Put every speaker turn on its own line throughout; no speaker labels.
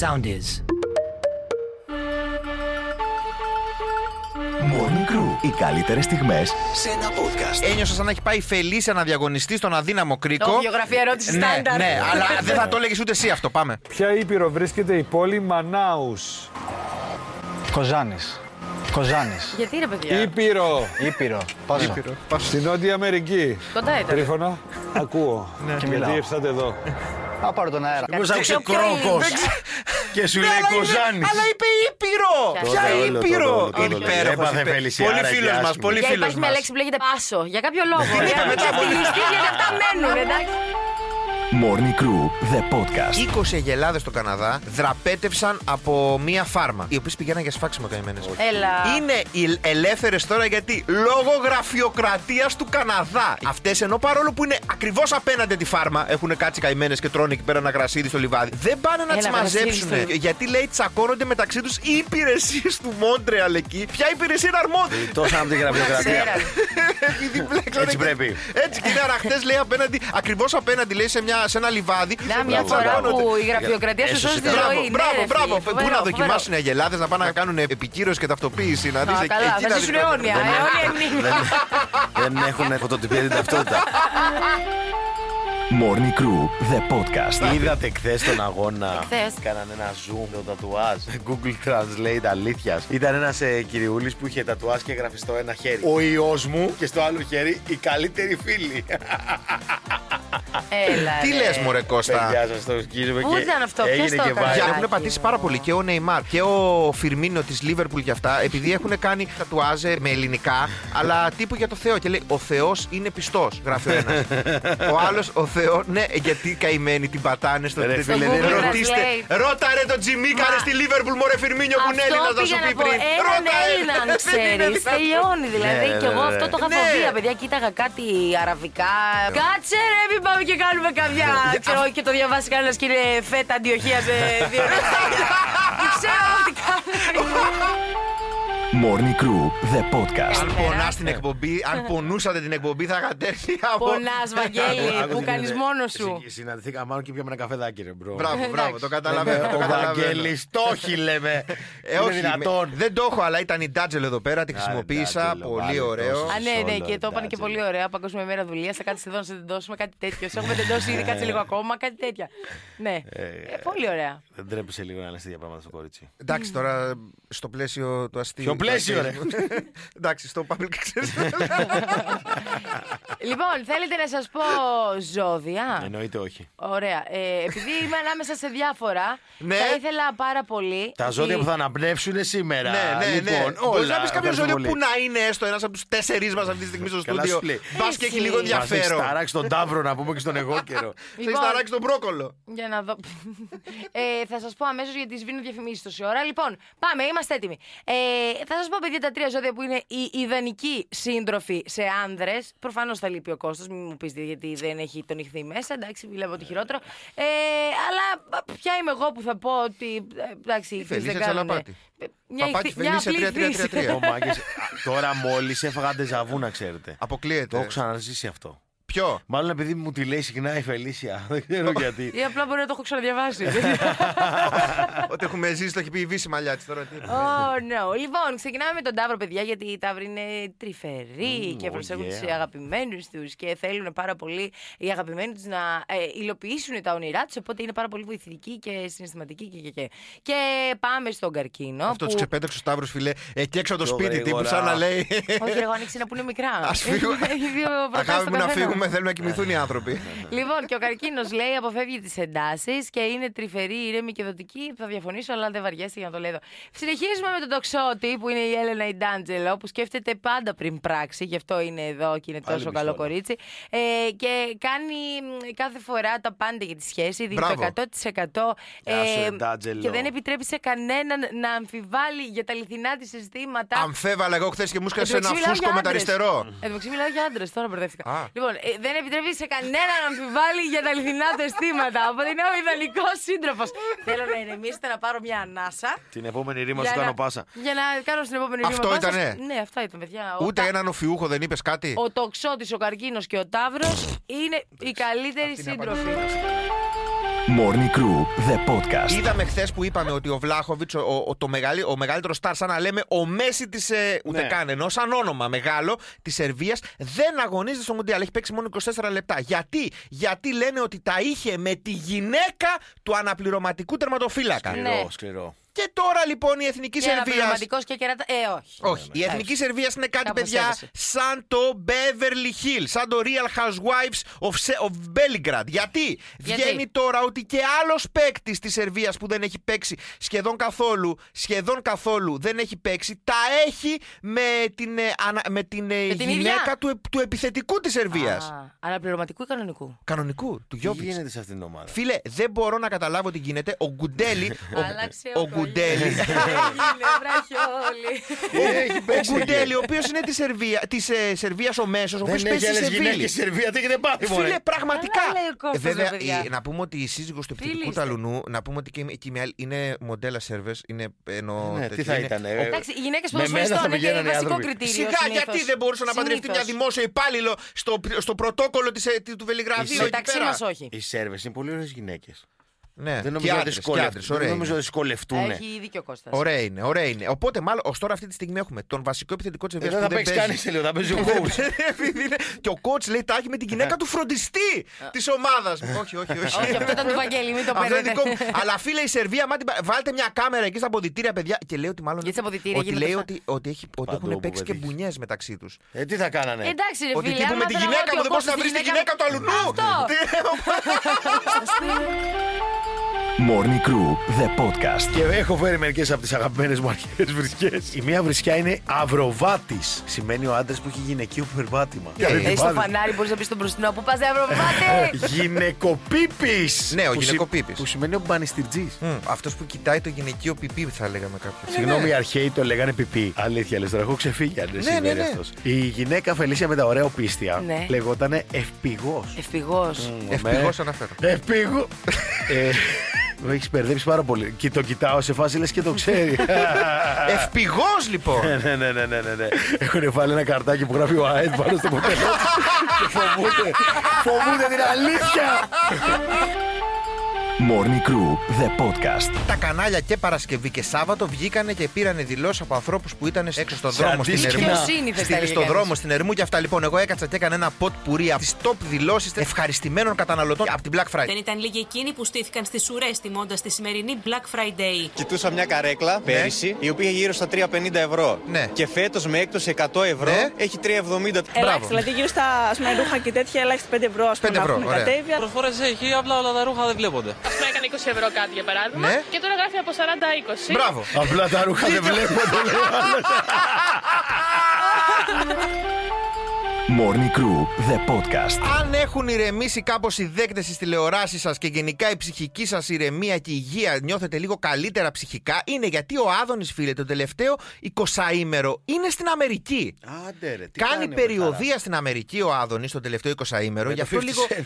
sound is.
Morning Crew. Οι καλύτερες στιγμές σε ένα podcast.
Ένιωσα σαν να έχει πάει φελίσια να διαγωνιστεί στον αδύναμο κρίκο.
Ω, γεωγραφία ερώτηση
ναι,
στάνταρ.
Ναι, αλλά δεν θα το έλεγες ούτε εσύ αυτό. Πάμε.
Ποια ήπειρο βρίσκεται η πόλη Μανάους.
Κοζάνης. Κοζάνης.
Γιατί ρε παιδιά.
Ήπειρο.
Ήπειρο. Πάσα.
Στη Νότια Αμερική.
Κοντά ήταν.
Τρίφωνα. Ακούω.
Ναι.
Και
Γιατί
μιλάω.
ήρθατε εδώ.
Θα πάρω τον αέρα.
Εγώ σ' άκουσε
πιο πριν,
κρόκο.
δεν
Και σου λέει Κοζάνη.
Ναι, Αλλά είπε Ήπειρο!
Τότε
Ποια
όλο, τότε
Ήπειρο!
όλο, τότε όλο.
Υπέροχος,
Έπαθε
υπέ-
Φελισιάρα
Πολύ
και
φίλος μας,
άσχημη.
πολύ
Για
φίλος
υπάρχει μια
μας.
λέξη που λέγεται πάσο. Για κάποιο λόγο.
Δεν είπαμε
Για
τίποτα.
ξεφτυλιστείς, γιατί αυτά μένουν, εντάξει.
Morning Crew, the podcast.
20 αγελάδε στο Καναδά δραπέτευσαν από μία φάρμα. Οι οποίες πηγαίναν για σφάξιμο καημένε.
Έλα.
Είναι οι ελεύθερες τώρα γιατί λόγω γραφειοκρατία του Καναδά. Αυτές ενώ παρόλο που είναι ακριβώς απέναντι τη φάρμα, έχουν κάτσει καημένες και τρώνε εκεί πέρα ένα γρασίδι στο λιβάδι. Δεν πάνε να
Έλα,
τις
γρασίδι
μαζέψουν.
στο λιβάδι.
Γιατί λέει τσακώνονται μεταξύ τους οι υπηρεσίες του Μόντρεαλ εκεί. Ποια υπηρεσία είναι αρμόδια.
Τόσο από την γραφειοκρατία.
Ξέραν.
Επειδή μπλέξανε
Ε, Έτσι
και-
πρέπει.
Έτσι και είναι αραχτέ, λέει απέναντι, ακριβώς απέναντι, λέει σε, μια, σε ένα λιβάδι.
Να μια
Μπράβο,
φορά
τσακώνονται.
που η γραφειοκρατία σου
Έσωσε
σώζει τη
τα-
Μπράβο,
ζωή.
μπράβο,
Ναι, ρε,
μπράβο.
φίλε,
Πού
φοβερό,
να δοκιμάσουν οι
φοβερό.
Αγελάδε να πάνε να κάνουν επικύρωση και ταυτοποίηση. Να δεις
Α,
εκεί-
Καλά,
εκεί
θα
να Ναι.
ζήσουν
δεις το-
αιώνια. Αιώνια μνήμη.
Δεν έχουν φωτοτυπία την ταυτότητα.
Morning Crew, the podcast.
Είδατε χθες τον αγώνα.
Εχθές.
Κάνανε ένα zoom το τατουάζ. Google Translate αλήθειας. Ήταν ένας ε, κυριούλης που είχε τατουάζ και γράφει στο ένα χέρι. Ο ιός μου και στο άλλο χέρι η καλύτερη φίλη.
Έλα,
Τι
ρε.
λες, Μωρέ Κώστα.
Παιδιά σας το σκίζουμε
Πού
και.
ήταν αυτό, ποιος
έγινε
το
και
έκανε?
viral.
Για
Άχι,
έχουν πατήσει πάρα πολύ και ο Νεϊμάρ και ο Φιρμίνο της Λίβερπουλ και αυτά, επειδή έχουν κάνει τατουάζε με ελληνικά, αλλά τύπου για το Θεό. Και λέει: Ο Θεός είναι πιστός, γράφει ο ένας. ο άλλος, ο Θεό, ναι, γιατί καημένοι την πατάνε στο
Ρε
τέτοιο.
φίλε, δεν
Google
ρωτήστε.
Translate.
Ρώτα ρε τον Τζιμίκαρε
Μα-
στη Λίβερπουλ, μωρέ Φιρμίνιο που είναι
Αυτό
Έλληνας, θα σου
πήγα
πει
να πω,
πριν.
έναν
Ρώτα Έλληνα,
Έλληνα,
δεν είναι
ξέρει.
δυνατόν.
Τελειώνει δηλαδή.
Ναι,
Και εγώ
ναι,
αυτό
ναι.
το είχα
Ναι.
φοβία, παιδιά. Κοίταγα κάτι αραβικά. Κάτσε ρε, μην πάμε και κάνουμε καμιά.
Ναι.
Ξέρω και το διαβάσει κανένας και είναι φέτα αντιοχίας σε δύο λεπτά. Δεν ξέρω τι κάνει.
Morning Crew, the podcast.
Αν πονάς την εκπομπή, αν πονούσατε την εκπομπή, θα είχατε έρθει από.
Πονάς, Βαγγέλη,
Άκου
που
τι
κάνεις
γίνεται.
μόνος σου.
Συ- Συναντηθήκαμε μάλλον και πιάμε ένα καφεδάκι, ρε μπρο.
Μπράβο, μπράβο, το καταλαβαίνω.
Λέμε,
το
Ο
καταλαβαίνω.
Βαγγέλης το έχει, λέμε.
Ε,
Είναι
όχι,
δυνατόν.
με- δεν το έχω, αλλά ήταν η Ντάτζελ εδώ πέρα, τη
Α,
χρησιμοποίησα.
Ντάτζελο,
Πολύ
βάλε
ωραίο.
τόσο.
Α, ναι, ναι,
Σόλο,
και το είπαν και
Ντάτζελο.
πολύ ωραία. Παγκόσμια μέρα δουλεία. Θα κάτσεις εδώ να σε τεντώσουμε κάτι τέτοιο. Σε έχουμε τεντώσει ήδη, κάτσε λίγο ακόμα, κάτι τέτοια. Ναι. Ε, πολύ ωραία.
Δεν τρέπεσαι λίγο να λες τέτοια πράγματα στο κορίτσι.
Εντάξει, τώρα στο πλαίσιο του αστείου.
Ποιο πλαίσιο, ρε? Ναι,
Εντάξει, στο public ξέρεις.
Λοιπόν, θέλετε να σας πω ζώδια.
Εννοείται όχι.
Ωραία. Ε, επειδή είμαι ανάμεσα σε διάφορα,
Ναι.
θα ήθελα πάρα πολύ.
Τα ζώδια
ότι-
που θα αναπνεύσουν σήμερα.
Ναι, ναι, ναι.
Λοιπόν,
Μπορείς
όλα.
να πεις κάποιο
Ευχαριστούμε
ζώδιο
πολύ.
που να είναι έστω ένας από τους τέσσερις μας αυτή τη στιγμή στο
Καλά
στούντιο.
σου λέει.
Μπας και έχει
Εσύ.
λίγο
Μας
Μας έχεις
ενδιαφέρον.
ταράξει τον Ταύρο να πούμε και στον εγώ καιρό.
Θα έχει
Λοιπόν.
ταράξει τον πρόκολο.
Για να δω. ε, θα σας πω αμέσως γιατί σβήνω διαφημίσεις τόση ώρα. Λοιπόν, πάμε, είμαστε έτοιμοι. Ε, θα σας πω, παιδιά, τα τρία ζώδια που είναι οι ιδανικοί σύντροφοι σε άνδρες. Προφανώς θα λείπει ο Κώστας, μην μου πείτε γιατί δεν έχει τον ηχθεί μέσα. Εντάξει, μιλάμε ότι χειρότερο. Ε, αλλά α, ποια είμαι εγώ που θα πω ότι. ε, Εντάξει, οι ηχθείς δεν
Φελίσια
κάνουνε.
Τσαλαπάτη.
Ε, Μια
Παπάκι
ηχθή- μια
Φελίσια
απλή
3333.
ηχθή.
Ω, μάγκες. Α, Τώρα μόλις έφαγα ντεζαβού να ξέρετε. Το έχω
Αποκλείεται.
ξαναζήσει αυτό.
Ποιο.
Μάλλον επειδή μου τη λέει συχνά η Φελίσια. Δεν ξέρω γιατί.
Ή απλά μπορεί να το έχω ξαναδιαβάσει.
Ότι έχουμε ζήσει, το έχει πει η Βύση μαλλιά τη τώρα. τι-
Oh no. Λοιπόν, ξεκινάμε με τον Ταύρο, παιδιά, γιατί οι Ταύροι είναι τρυφεροί
Mm,
και
oh
προσέχουν
yeah.
τους αγαπημένους τους και θέλουν πάρα πολύ οι αγαπημένοι τους να ε, υλοποιήσουν τα όνειρά τους. Οπότε είναι πάρα πολύ βοηθητικοί και συναισθηματικοί και, και, και. και πάμε στον καρκίνο.
Αυτό τους
που...
ξεπέταξε ο Σταύρος, φιλέ. Εκεί έξω από το
Πιο
σπίτι τύπου, σαν να
γρήγορα.
λέει.
Όχι, εγώ άνοιξε να πούνε μικρά.
Ας φύγουμε.
Έχει δύο προτάσεις
Αγάπη μου
ναι.
να
στον καθένα.
φύγουμε, θέλουν να κοιμηθούν οι άνθρωποι.
Λοιπόν, και ο καρκίνος λέει αποφεύγει τις εντάσεις και είναι τρυφερή, ήρεμη και δοτική. Θα διαφωνήσω, αλλά δεν βαριέστε για να το λέω εδώ. Συνεχίζουμε με τον τοξότη που είναι η Έλενα η Ντάντζελο, που σκέφτεται πάντα πριν πράξη, γι' αυτό είναι εδώ και είναι
Πάλι
τόσο καλό
πιστόλα.
κορίτσι. Ε, και κάνει μ, κάθε φορά τα πάντα για τη σχέση, δίνει
Μπράβο.
το 100%.
Γεια σου, Ντάντζελο.
ε, και δεν επιτρέπει σε κανέναν να αμφιβάλλει για τα λιθινά της συστήματα.
Αμφέβαλα εγώ χθες και μου
Εν τω
έσκασε ένα
μεταξύ μιλάω
φούσκο
Ε, για
με τα
άντρες.
αριστερό.
Εν τω μεταξύ μιλάω για άντρες, τώρα μπερδεύτηκα.
Α.
Λοιπόν, ε, δεν επιτρέπει σε κανένα να αμφιβάλλει για τα αληθινά του αισθήματα. Οπότε είναι ο ιδανικός σύντροφος. Θέλω να ηρεμήσετε, να πάρω μια ανάσα.
Την επόμενη ρήμα
για
σου
να-
κάνω πάσα.
Για να κάνω στην επόμενη
Αυτό
βήμα πάσα.
ήτανε?
Ναι, αυτά ήταν, παιδιά. Ο
Ούτε
τα-
έναν οφιούχο δεν είπες κάτι.
Ο τοξότης, ο καρκίνος και ο ταύρος είναι οι καλύτεροι σύντροφοι.
Morning Crew, the podcast.
Είδαμε χθες που είπαμε ότι ο Βλάχοβιτ, ο, ο, το μεγαλυ- ο μεγαλύτερος στάρ, σαν να λέμε ο Μέση της. Ε, ούτε
Ναι.
καν ενώ, σαν όνομα μεγάλο της Σερβίας, δεν αγωνίζεται στο Μουντιάλ. Έχει παίξει μόνο 24 λεπτά. Γιατί, Γιατί λένε ότι τα είχε με τη γυναίκα του αναπληρωματικού τερματοφύλακα.
Σκληρό,
Ναι.
σκληρό.
Και τώρα λοιπόν η εθνική
Και
Σερβία.
αναπληρωματικό και κεράτα. Ε, όχι.
Ναι,
Όχι. Η εθνική Σερβίας είναι κάτι,
Κάπως
παιδιά,
έτσι.
σαν το Beverly Hills, σαν το Real Housewives of, Se- of Belgrade. Γιατί?
Γιατί?
βγαίνει τώρα ότι και άλλος παίκτης της Σερβίας που δεν έχει παίξει σχεδόν καθόλου, σχεδόν καθόλου δεν έχει παίξει, τα έχει με την, ε, ανα- με την, ε,
Με την ίδια.
γυναίκα του, επ- του επιθετικού της Σερβίας.
Α, Αναπληρωματικού ή κανονικού.
Κανονικού, του
Τι
Γιώβιτ.
γίνεται σε αυτήν την ομάδα.
Φίλε, δεν μπορώ να καταλάβω τι γίνεται. Ο Γκουντέλη.
Άλλαξε
ο, ο
ο κολλής.
Γκουντέλη.
Έχει
Ο
παίξει.
Γκουντέλη, ο οποίος είναι της Σερβία, της, ε, Σερβίας ο μέσος, ο οποίο
Δεν
παίζει
έχει
στη
άλλες γυναίκε
Σεβίλη.
στη Σερβία, τι έχετε πάθει, μωρέ.
Φίλε, πραγματικά.
Καλά λέει ο Κώστας,
Βέβαια,
ρε παιδιά.
η- να πούμε ότι η σύζυγος του επιθετικού
Φίλοι είστε.
Ταλουνού, να πούμε ότι και, η- και η άλλη είναι μοντέλα σερβες. Είναι ενώ.
Ναι,
τέτοια,
τι θα
είναι-
ήταν.
Εντάξει, οι γυναίκες
Με μένα
ποδοσφαιριστών
θα
είναι και
πηγαίνανε οι
βασικό
άνθρωποι.
κριτήριο.
Σιγά,
συνήθως.
γιατί δεν μπορούσε να παντρευτεί μια
Συνήθως.
δημόσια υπάλληλο στο, στο πρωτόκολλο της, ε, του Βελιγραδίου.
Είσαι-
εκεί
Μεταξύ
πέρα.
μας όχι.
Οι Σέρβες είναι πολύ ωραίες γυναίκες.
Ναι,
Δεν
και
νομίζω να
άντρε.
δυσκολευτούν. Δεν νομίζω να δυσκολευτούν.
Έχει δίκιο ο Κώστας.
Ωραία είναι, ωραία είναι. Οπότε, μάλλον, ως τώρα αυτή τη στιγμή έχουμε τον βασικό επιθετικό της
Δεν
Σερβία.
θα παίξει κανείς τελείω, θα παίζει ο coach.
Επειδή είναι- Και ο coach λέει τα έχει με την
Ναι.
γυναίκα του φροντιστή της ομάδας. Όχι, όχι, όχι.
Όχι, αυτό ήταν του Βαγγέλη, μην το
Αυτό είναι
παίρνετε.
δικό μου. Αλλά φίλε, η Σερβία, μάτι, βάλτε μια κάμερα εκεί στα ποδητήρια, παιδιά. Και λέει ότι μάλλον.
Γιατί στα αποδητήρια
ότι
γίνονται
λέει
αυτά.
ότι, ότι, έχει, ότι
Παντού
έχουν
όπου
παίξει και
πετύχεις.
μπουνιές μεταξύ τους.
Ε, τι θα κάνανε.
Εντάξει, ρε
Ότι
φίλε.
τύπου
άμα
με τη
θέλω
γυναίκα
ότι
μου
ο
δεν μπορεί να
Κώστας
βρεις τη
γυναίκα-
γυναίκα του αλουνού.
Αυτό.
Morning Crew, the podcast.
Και έχω φέρει μερικές από τις αγαπημένες μου αρχές βρισκέ. Η μία βρισκιά είναι αυροβάτης. Σημαίνει ο άντρας που έχει γυναικείο περπάτημα.
Ε,
Ε, στο φανάρι μπορείς να πεις στον μπροστινό που πας,
Ε,
Ευρωβάτη.
Γυναικοπίπης!
Ναι, ο γυναικοπίπης.
Που σημαίνει ο μπανιστηρτζή.
Ναι,
Αυτός που κοιτάει το γυναικείο πιπί, θα λέγαμε Ναι. κάποιο.
ναι.
Συγγνώμη, οι αρχαίοι το λέγανε πιπί. Αλήθεια, λες τώρα, έχω ξεφύγει αν δεν
Ναι,
συμβαίνει
ναι, ναι.
αυτός. Η γυναίκα Φελίσια με τα ωραία οπίστια
Ναι.
λεγότανε ευπηγός.
Ευπηγός.
Ε.
Ευπηγό αναφέρω.
Ευπηγό. ε, με έχεις μπερδέψει πάρα πολύ. Και το κοιτάω σε φάση λες και το ξέρει.
Ευπηγός λοιπόν.
ναι, ναι, ναι, ναι, ναι, ναι. Έχουν βάλει ένα καρτάκι που γράφει ο ΑΕΤ πάνω στο ποτέ. και φοβούνται. Φοβούνται την αλήθεια.
Morning Crew, the podcast.
Τα κανάλια και Παρασκευή και Σάββατο βγήκανε και πήρανε δηλώσεις από ανθρώπους που ήταν έξω στον
Σε
δρόμο στην
αντίσκηνα.
Ερμού.
Δικαιοσύνη, θα
Στην,
έλεγε
στον
κανείς.
δρόμο στην Ερμού και αυτά. Λοιπόν, εγώ έκατσα και έκανα ένα ποτ πουρί από τις top δηλώσεις ευχαριστημένων καταναλωτών από την Black Friday.
Δεν ήταν λίγοι εκείνοι που στήθηκαν στις ουρέ τιμώντας τη σημερινή Black Friday.
Κοιτούσα μια καρέκλα πέρυσι, η οποία γύρω στα 3,50 ευρώ.
Ναι.
Και φέτος με έκπτωση 100 ευρώ
Ναι.
έχει 3,70.
Μπράβο.
Ελάχιστα, δηλαδή γύρω στα ας πούμε, ρούχα και τέτοια, ελάχιστα 5 ευρώ ας πούμε,
5
να
ευρώ,
έχουν
ωραία.
κατέβει. αλλά
Προφόρες έχει, απλά όλα τα ρούχα δεν βλέπονται.
πούμε έκανε 20 ευρώ κάτι για παράδειγμα.
Ναι.
Και τώρα γράφει από 40-20.
Μπράβο.
Απλά τα ρούχα δεν βλέπονται. λέει ο άλλος.
Morning Crew, the podcast.
Αν έχουν ηρεμήσει κάπως οι δέκτες τη τηλεοράση σας και γενικά η ψυχική σας ηρεμία και η υγεία νιώθετε λίγο καλύτερα ψυχικά, είναι γιατί ο Άδωνης, φίλε, το τελευταίο 20ήμερο είναι στην Αμερική.
Άντε ρε, τι
κάνει
ο
περιοδία στην Αμερική ο Άδωνης τον τελευταίο 20ήμερο.
Μπαχαράς.
Γι' αυτό,
50
λίγο,
cent.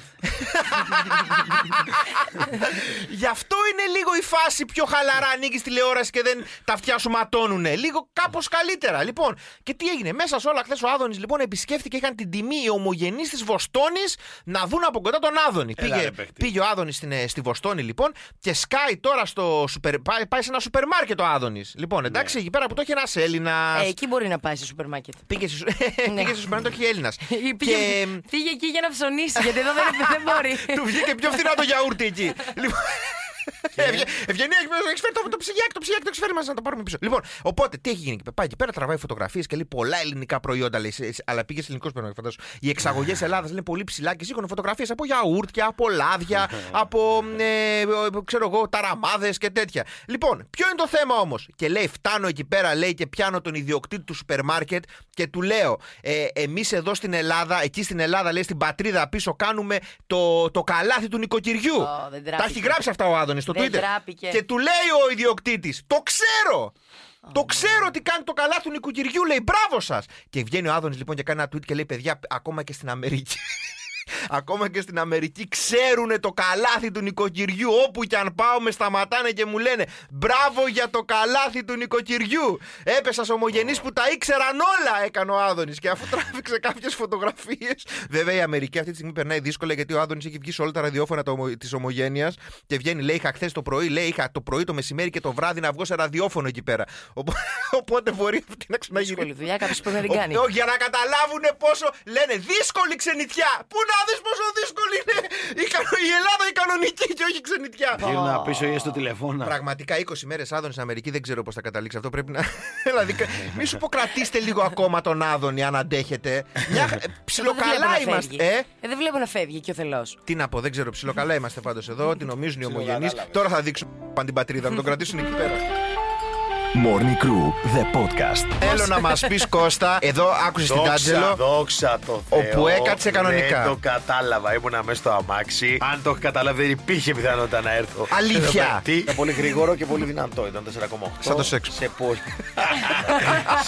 γι' αυτό είναι λίγο η φάση πιο χαλαρά. Ανοίγεις τηλεόραση και δεν τα αυτιά σου ματώνουνε. Λίγο κάπως καλύτερα. Λοιπόν, και τι έγινε. Μέσα σε όλα, χθες ο Άδωνης λοιπόν επισκέφθηκε, είχαν την τιμή οι ομογενείς της Βοστόνης να δουν από κοντά τον Άδωνη.
Έλα,
πήγε,
ρε, παίχτη.
πήγε ο Άδωνης στην, ε, στη Βοστόνη λοιπόν και σκάει τώρα στο. Σούπερ, πάει, πάει σε ένα σούπερ μάρκετ ο Άδωνης. Λοιπόν, εντάξει,
Ναι.
εκεί πέρα που το έχει ένας Έλληνας.
Ε, Εκεί μπορεί να πάει σε σούπερ μάρκετ.
Πήγε σε, πήγε σε σούπερ μάρκετ, το έχει Έλληνας.
Ή πήγε- Φύγε εκεί για να ψωνίσει, γιατί εδώ δεν, δεν μπορεί.
Του βγήκε πιο φθηνά το γιαούρτι εκεί. Λοιπόν, Ευγε- Ευγενία, έχει φέρει το, το ψυγιάκι, το ψυγιάκι, το έχει φέρει μαζί να το πάρουμε πίσω. Λοιπόν, οπότε τι έχει γίνει. εκεί πέρα. Πάει εκεί πέρα, τραβάει φωτογραφίες και λέει πολλά ελληνικά προϊόντα. Λέει, σε- σε- αλλά πήγε σε ελληνικό σπέρμα, φαντάζομαι. Οι εξαγωγές Ελλάδα είναι πολύ ψηλά και σήκωνε φωτογραφίες από γιαούρτια, από λάδια, από ε, ε, ξέρω εγώ, ταραμάδες και τέτοια. Λοιπόν, ποιο είναι το θέμα όμως. Και λέει, φτάνω εκεί πέρα, λέει και πιάνω τον ιδιοκτήτη του σούπερ μάρκετ και του λέω, ε, εμείς εδώ στην Ελλάδα, εκεί στην Ελλάδα, λέει στην πατρίδα πίσω, κάνουμε το, το καλάθι του νοικοκυριού.
Ω, δεν
Τα έχει
τράπηκε.
γράψει αυτά ο Άδωνης στο
Δεν
Twitter.
τράπηκε.
Και του λέει ο ιδιοκτήτης, το ξέρω! Το ξέρω ότι κάνει το καλά του νοικοκυριού, λέει μπράβο σας! Και βγαίνει ο Άδωνης λοιπόν και κάνει ένα tweet και λέει: Παιδιά, ακόμα και στην Αμερική. Ακόμα και στην Αμερική ξέρουνε το καλάθι του νοικοκυριού. Όπου κι αν πάω, με σταματάνε και μου λένε Μπράβο για το καλάθι του νοικοκυριού. Έπεσας σε ομογενείς που τα ήξεραν όλα, έκανε ο Άδωνης. Και αφού τράβηξε κάποιες φωτογραφίες. Βέβαια, η Αμερική αυτή τη στιγμή περνάει δύσκολα γιατί ο Άδωνης έχει βγει σε όλα τα ραδιόφωνα της ομογένειας και βγαίνει, λέει, είχα χθες το πρωί, λέει, είχα το πρωί, το μεσημέρι και το βράδυ να βγω σε ραδιόφωνο εκεί πέρα. Οπο- Οπότε μπορεί αυτή να ξαναγυρίσει.
Δύσκολη δουλειά, κάποιος πρέπει να την κάνει.
Ο- Για να καταλάβουν πόσο λένε δύσκολη ξενιτιά. Πού να δεις πόσο δύσκολη είναι η, κανο- η Ελλάδα η κανονική και όχι η ξενιτιά.
Γύρνα πίσω ή στο τηλεφώνα.
Πραγματικά 20 μέρες άδων στην Αμερική δεν ξέρω πώς θα καταλήξει αυτό. Πρέπει να. δηλαδή, μη σου πω κρατήστε λίγο ακόμα τον άδωνη αν αντέχετε. Μια... ε,
Εγώ δεν βλέπω να
Ψιλοκαλά
φεύγει.
είμαστε. Ε?
Ε, δεν βλέπω να φεύγει και ο θελό.
Τι να πω, δεν ξέρω. Ψιλοκαλά είμαστε πάντως εδώ. Τι νομίζουν οι ομογενεί. Τώρα θα δείξουν παν την πατρίδα, να τον κρατήσουν εκεί πέρα.
Morning Crew, the podcast.
Θέλω να μας πεις Κώστα, εδώ άκουσες την
Δόξα,
Τάντζελο.
Δόξα το Θεό.
Όπου έκατσε κανονικά.
Δεν το κατάλαβα. Ήμουνα μέσα στο αμάξι. Αν το έχω καταλάβει, δεν υπήρχε πιθανότητα να έρθω.
Αλήθεια.
Εδώ πέρα. Τι. Ήταν πολύ γρήγορο και πολύ δυνατό. Ήταν 4,8.
Σαν το σεξ.
Σε πολύ,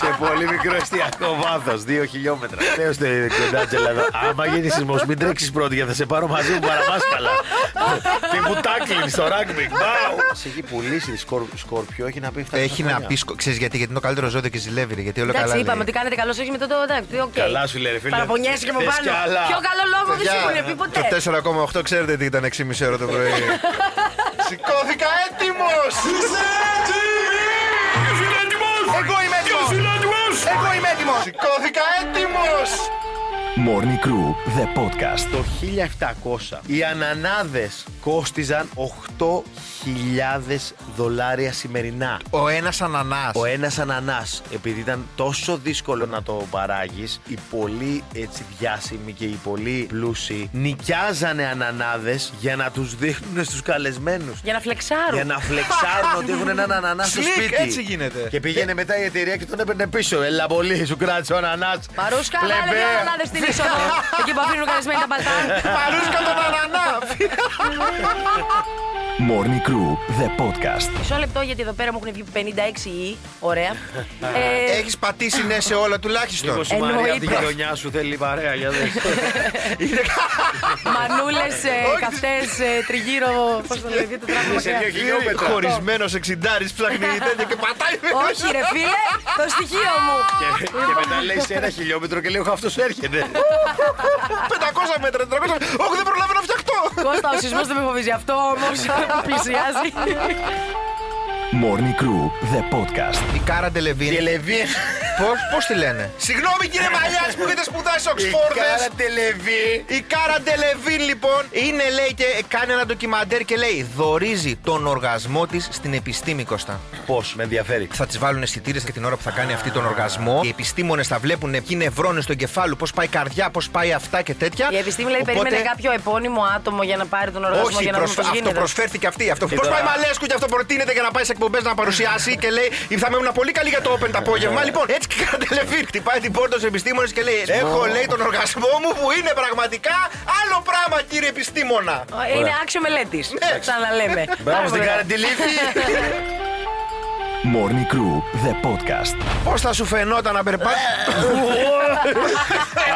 σε πολύ μικρό εστιακό βάθος. 2 χιλιόμετρα. Λέω στο κοντάτζελα. Άμα γίνει σεισμός, μην τρέξεις πρώτη γιατί θα σε πάρω μαζί μου παραμάσκαλα. Τι μου τάκλινει στο ράγκμπι. Μπάου. Σε έχει πουλήσει σκορ- σκόρπιο. Έχει να πει αυτά.
Έχει να πει, ξέρεις γιατί, γιατί είναι το καλύτερο ζώδιο και ζηλεύει, ρε, γιατί όλα καλά.
Εντάξει,
λέει.
είπαμε ότι κάνετε καλό, όχι μετά το. Εντάξει, οκ.
Καλά σου λέει, ρε φίλε.
Παραπονιέσαι και από
Θες
πάνω.
κι άλλα.
Πιο καλό λόγο δεν
Παιδιά,
σου έχουν πει ποτέ.
Το 4,8 ξέρετε τι ήταν 6,5 ώρα το πρωί. Σηκώθηκα έτοιμος! Είσαι
Ναι,
έτοιμο! Εγώ είμαι έτοιμος! Εγώ είμαι έτοιμος! Σηκώθηκα έτοιμος!
Morning Crew, the podcast.
Το 1700 οι ανανάδες κόστιζαν 8.000 δολάρια σημερινά.
Ο ένας ανανά.
Ο ένας ανανάς, επειδή ήταν τόσο δύσκολο να το παράγεις, οι πολύ έτσι διάσημοι και οι πολύ πλούσιοι νοικιάζανε ανανάδες για να τους δείχνουν στους καλεσμένους.
Για να φλεξάρουν.
Για να φλεξάρουν ότι έχουν έναν ανανά στο
Slick,
σπίτι.
έτσι γίνεται.
Και πήγαινε μετά η εταιρεία και τον έπαιρνε πίσω. Έλα πολύ, σου κράτησε ο ανανάς.
Παρούσκα, βάλε δύο ανάδε στην είσοδο. Εκεί που αφήνουν καλεσμένοι τα παλτά.
Παρούσκα τον ανανά!
Morning Crew, the podcast.
Μισό λεπτό γιατί εδώ πέρα μου έχουν βγει 56 ή. Ωραία. Ε,
Έχεις πατήσει ναι σε όλα τουλάχιστον.
Μήπως η Μαρία από την
Εννοείται.
γειτονιά σου θέλει παρέα, για δες.
Μανούλε,
Όχι,
καυτές, ε, τριγύρω. Πώς το λέγεται το τραγούδι.
σε δύο χιλιόμετρα.
Χωρισμένος εξιντάρι ψάχνει τέτοια και πατάει με
Όχι, ρε φίλε, το στοιχείο μου.
και, και μετά λέει σε ένα χιλιόμετρο και λέω αυτός έρχεται.
500 μέτρα, 400. Όχι, δεν προλάβω να φτιαχτώ!
Κώστα, ο σεισμός δεν με φοβίζει. Αυτό όμως πλησιάζει.
Morning Crew, the podcast.
Η Κάρα Ντελεβίν.
Τελεβίν.
Πώ τη λένε. Συγγνώμη κύριε Μαλιάς που έχετε σπουδάσει
Κάρα
Οξφόρδε.
τελεβί.
Η Κάρα Ντελεβίν λοιπόν είναι λέει και κάνει ένα ντοκιμαντέρ και λέει δορίζει τον οργασμό της στην επιστήμη Κώστα.
Πώς, με ενδιαφέρει.
Θα τη βάλουν αισθητήρες και την ώρα που θα κάνει αυτή τον οργασμό. Οι επιστήμονες θα βλέπουν ποιοι νευρώνες στο εγκεφάλου, πώς πάει η καρδιά, πώς πάει αυτά και τέτοια.
Η επιστήμη λέει
Οπότε-
περίμενε κάποιο επώνυμο άτομο για να πάρει τον οργασμό
όχι,
για να δούμε
προσφ-
πώς
αυτό
γίνεται.
προσφέρθηκε αυτή. Αυτό πώ
τώρα-
πάει Μαλέσκου και αυτό προτείνεται για να πάει σε εκπομπές να παρουσιάσει και λέει Θα με ήμουν πολύ καλή για το Open το απόγευμα. λοιπόν, έτσι και κατελεφίρ. Χτυπάει την πόρτα στους επιστήμονες και λέει Έχω λέει τον οργασμό μου που είναι πραγματικά άλλο πράγμα, κύριε επιστήμονα.
Ε, Είναι άξιο μελέτης. Ξαναλέμε.
Ναι. Μπράβο στην
Πάρα
Κάρα
πολύ.
τελεβί.
Morning Crew, the podcast.
Πώς θα σου φαινόταν να περπά.
Ε.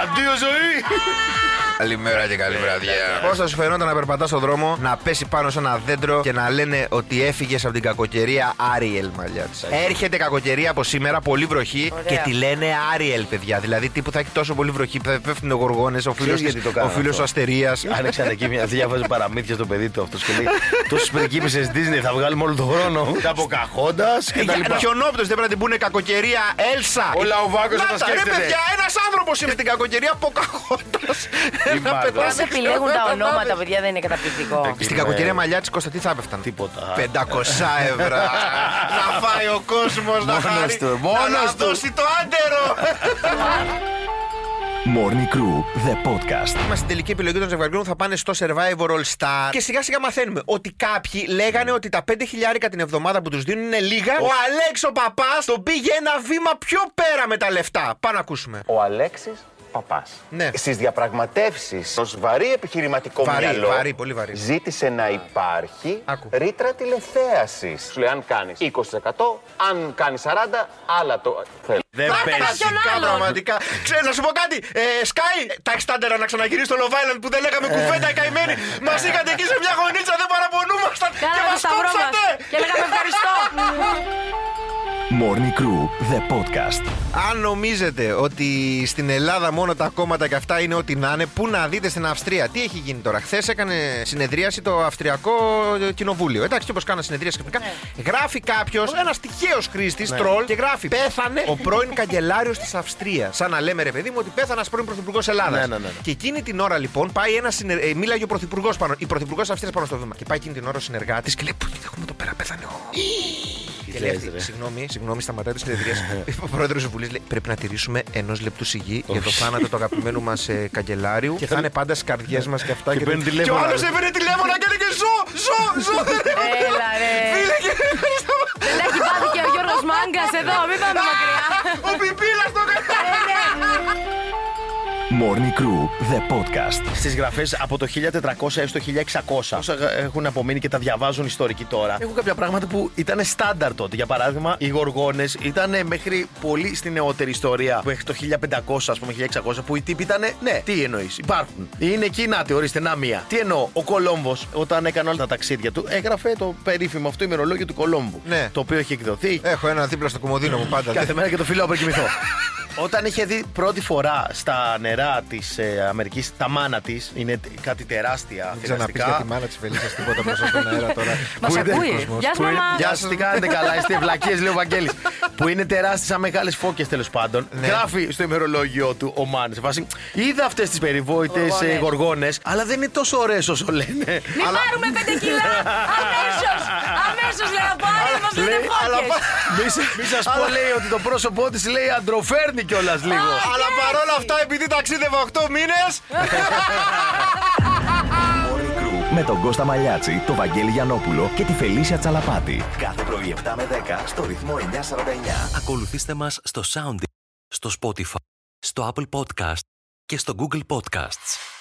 Αντίο ζωή. Ε,
Καλημέρα και καλή βραδιά. Πώ θα σου φαινόταν να περπατάς στον δρόμο, να πέσει πάνω σε ένα δέντρο και να λένε ότι έφυγες από την κακοκαιρία Άριελ, μαλλιά της. Έρχεται κακοκαιρία από σήμερα, πολύ βροχή
Ωραία.
και τη λένε Άριελ, παιδιά. Δηλαδή τύπου θα έχει τόσο πολύ βροχή που θα πέφτουν οι γοργόνες, ο φίλο
Ξέρεις γιατί το
ο
κάνω
φίλος
αυτό.
Αστερίας.
Άνοιξε εκεί μια διάβαζε παραμύθια στο παιδί του αυτό και λέει Τόσε πριγκίπισε Disney θα βγάλουμε όλο τον χρόνο. Τα αποκαχώντας
Ε,
και τα λοιπά.
Χιονόπτο δεν πρέπει να την πούνε κακοκαιρία, Έλσα.
Ο Λαουβάκος
Να
θα τα
ρε
σκέφτεται.
παιδιά, ένας άνθρωπος είναι στην κακοκαιρια ποκαχώντα.
μάγα.
Πώς επιλέγουν τα ονόματα, παιδιά, δεν είναι καταπληκτικό.
Στην
Είμαι-
κακοκαιρία Μαλιάτη Κώστα, τι θα έπεφταν.
Τίποτα.
500 ευρώ. να φάει ο κόσμος να
Μόνος
χαρεί.
του,
να
μόνος του.
λαδώσει το άντερο.
Morning Crew, the podcast.
Είμαστε στην τελική επιλογή των ζευγαριών που θα πάνε στο Survivor All Star. Και σιγά σιγά μαθαίνουμε ότι κάποιοι λέγανε ότι τα 5 χιλιάρικα την εβδομάδα που τους δίνουν είναι λίγα. Ο Αλέξο Παπάς τον πήγε ένα βήμα πιο πέρα με τα λεφτά. Πάμε να ακούσουμε.
Ο Αλέξης Παπάς.
Ναι.
Στις διαπραγματεύσεις, ως βαρύ επιχειρηματικό
Βαρύ,
μυαλό,
βαρύ, πολύ βαρύ.
ζήτησε να υπάρχει ρήτρα τηλεθέασης. Σου λέει αν κάνεις 20%, αν κάνεις 40, άλλα το. Θέλω.
Δεν
Πραγματικά. Ξέρω να σου πω κάτι. Ε, Sky, τα εξτάντερα να ξαναγυρίσει στο Love Island που δεν λέγαμε κουβέντα οι καημένοι. Μας είχατε εκεί σε μια γωνίτσα, δεν παραπονούμασταν. Και
Κάναμε
μα
το σταυρό μας
κόψατε.
και λέγαμε ευχαριστώ.
Morning Crew, the podcast.
Αν νομίζετε ότι στην Ελλάδα μόνο τα κόμματα και αυτά είναι ό,τι να είναι, πού να δείτε στην Αυστρία. Τι έχει γίνει τώρα. Χθες έκανε συνεδρίαση το Αυστριακό ε, Κοινοβούλιο. Εντάξει, και όπω κάνα συνεδρίαση ξαφνικά. Γράφει κάποιος, ένας τυχαίος χρήστης,
Ναι.
τρολ, και γράφει Πέθανε ο πρώην καγκελάριος της Αυστρίας. Σαν να λέμε ρε παιδί μου ότι πέθανε ένας πρώην πρωθυπουργός Ελλάδας.
Ναι, ναι, ναι, ναι.
Και εκείνη την ώρα λοιπόν πάει ένας. Συνε... ε, μίλαγε ο πρωθυπουργός πάνω. Η πρωθυπουργός Αυστρίας πάνω στο βήμα. Και πάει εκείνη την ώρα ο συνεργάτης και λέει Πού έχουμε εδώ πέρα, πέθανε ο. Και λέει
θες,
αυτή,
ρε.
συγγνώμη, συγγνώμη, σταματάει τη συνεδρία. Ο πρόεδρος της Βουλής λέει: Πρέπει να τηρήσουμε ενός λεπτού σιγή για το θάνατο του αγαπημένου μας καγκελάριου. Και θα είναι πάντα στις καρδιές μας και αυτά.
Και παίρνει
τέτοια.
τηλέφωνο.
Και ο άλλος έπαιρνε τηλέφωνο και έλεγε: Ζω, ζω, ζω. δεν έχω
Έλα,
τηλέφωνο».
ρε.
Φίλε, και
Δεν τα έχει πάθει και ο Γιώργος Μάγκας εδώ, μην πάμε μακριά.
Ο Πιπίλας το
Morning Crew, the podcast.
Στις γραφές από το 1400 έως το 1600. Όσα έχουν απομείνει και τα διαβάζουν ιστορικοί τώρα. Έχουν κάποια πράγματα που ήταν στάνταρ τότε. Για παράδειγμα, οι γοργόνες ήταν μέχρι πολύ στην νεότερη ιστορία. Μέχρι το 1500, ας πούμε, 1600, που οι τύποι ήταν. Ναι, τι εννοείς, υπάρχουν. Είναι εκεί, να τη, ορίστε, να μία. Τι εννοώ, ο Κολόμβος, όταν έκανε όλα τα ταξίδια του, έγραφε το περίφημο αυτό ημερολόγιο του Κολόμβου.
Ναι.
Το οποίο έχει εκδοθεί.
Έχω ένα δίπλα στο κομμωδίνο μου πάντα.
Κάθε μέρα και το φίλο από κοιμηθώ. Όταν είχε δει πρώτη φορά στα νερά της ε, Αμερικής τα μάνα της, είναι τ- κάτι τεράστια.
Δεν ξαναπείς για τη μάνα της Φελίσας τίποτα μέσα στον αέρα τώρα.
Μας
Πού είναι
ακούει.
ο κόσμος,
Γεια σας,
πού είναι-
μαμά.
Γεια σα, τι κάνετε καλά, είστε βλακίες, λέει ο Βαγγέλης. που είναι τεράστιες σαν μεγάλες φώκες τέλος πάντων. Γράφει στο ημερολόγιο του ο Μάν. σε φάση, Είδα αυτές τις περιβόητες
Γοργόνες.
γοργόνες, ε, αλλά δεν είναι τόσο ωραίες όσο λένε.
Μην
Αλλά-
πάρουμε πέντε κιλά! Αμέσως! Αμέσως λέω πάρε μας πέντε
Λέει, αλλά
φώκες!
πα- μη σε- Μη σας πω,
Αλλά-
λέει ότι το πρόσωπό της λέει αντροφέρνει κιόλας λίγο.
Αλλά παρόλα αυτά, επειδή ταξίδευα 8 μήνες.
Morning Crew με τον Κώστα Μαλιάτση, τον Βαγγέλη Γιανόπουλο και τη Φελίσια Τσαλαπάτη. Κάθε πρωί 7 με 10 στο ρυθμό 949.
Ακολουθήστε μας στο Soundin, στο Spotify, στο Apple Podcast και στο Google Podcasts.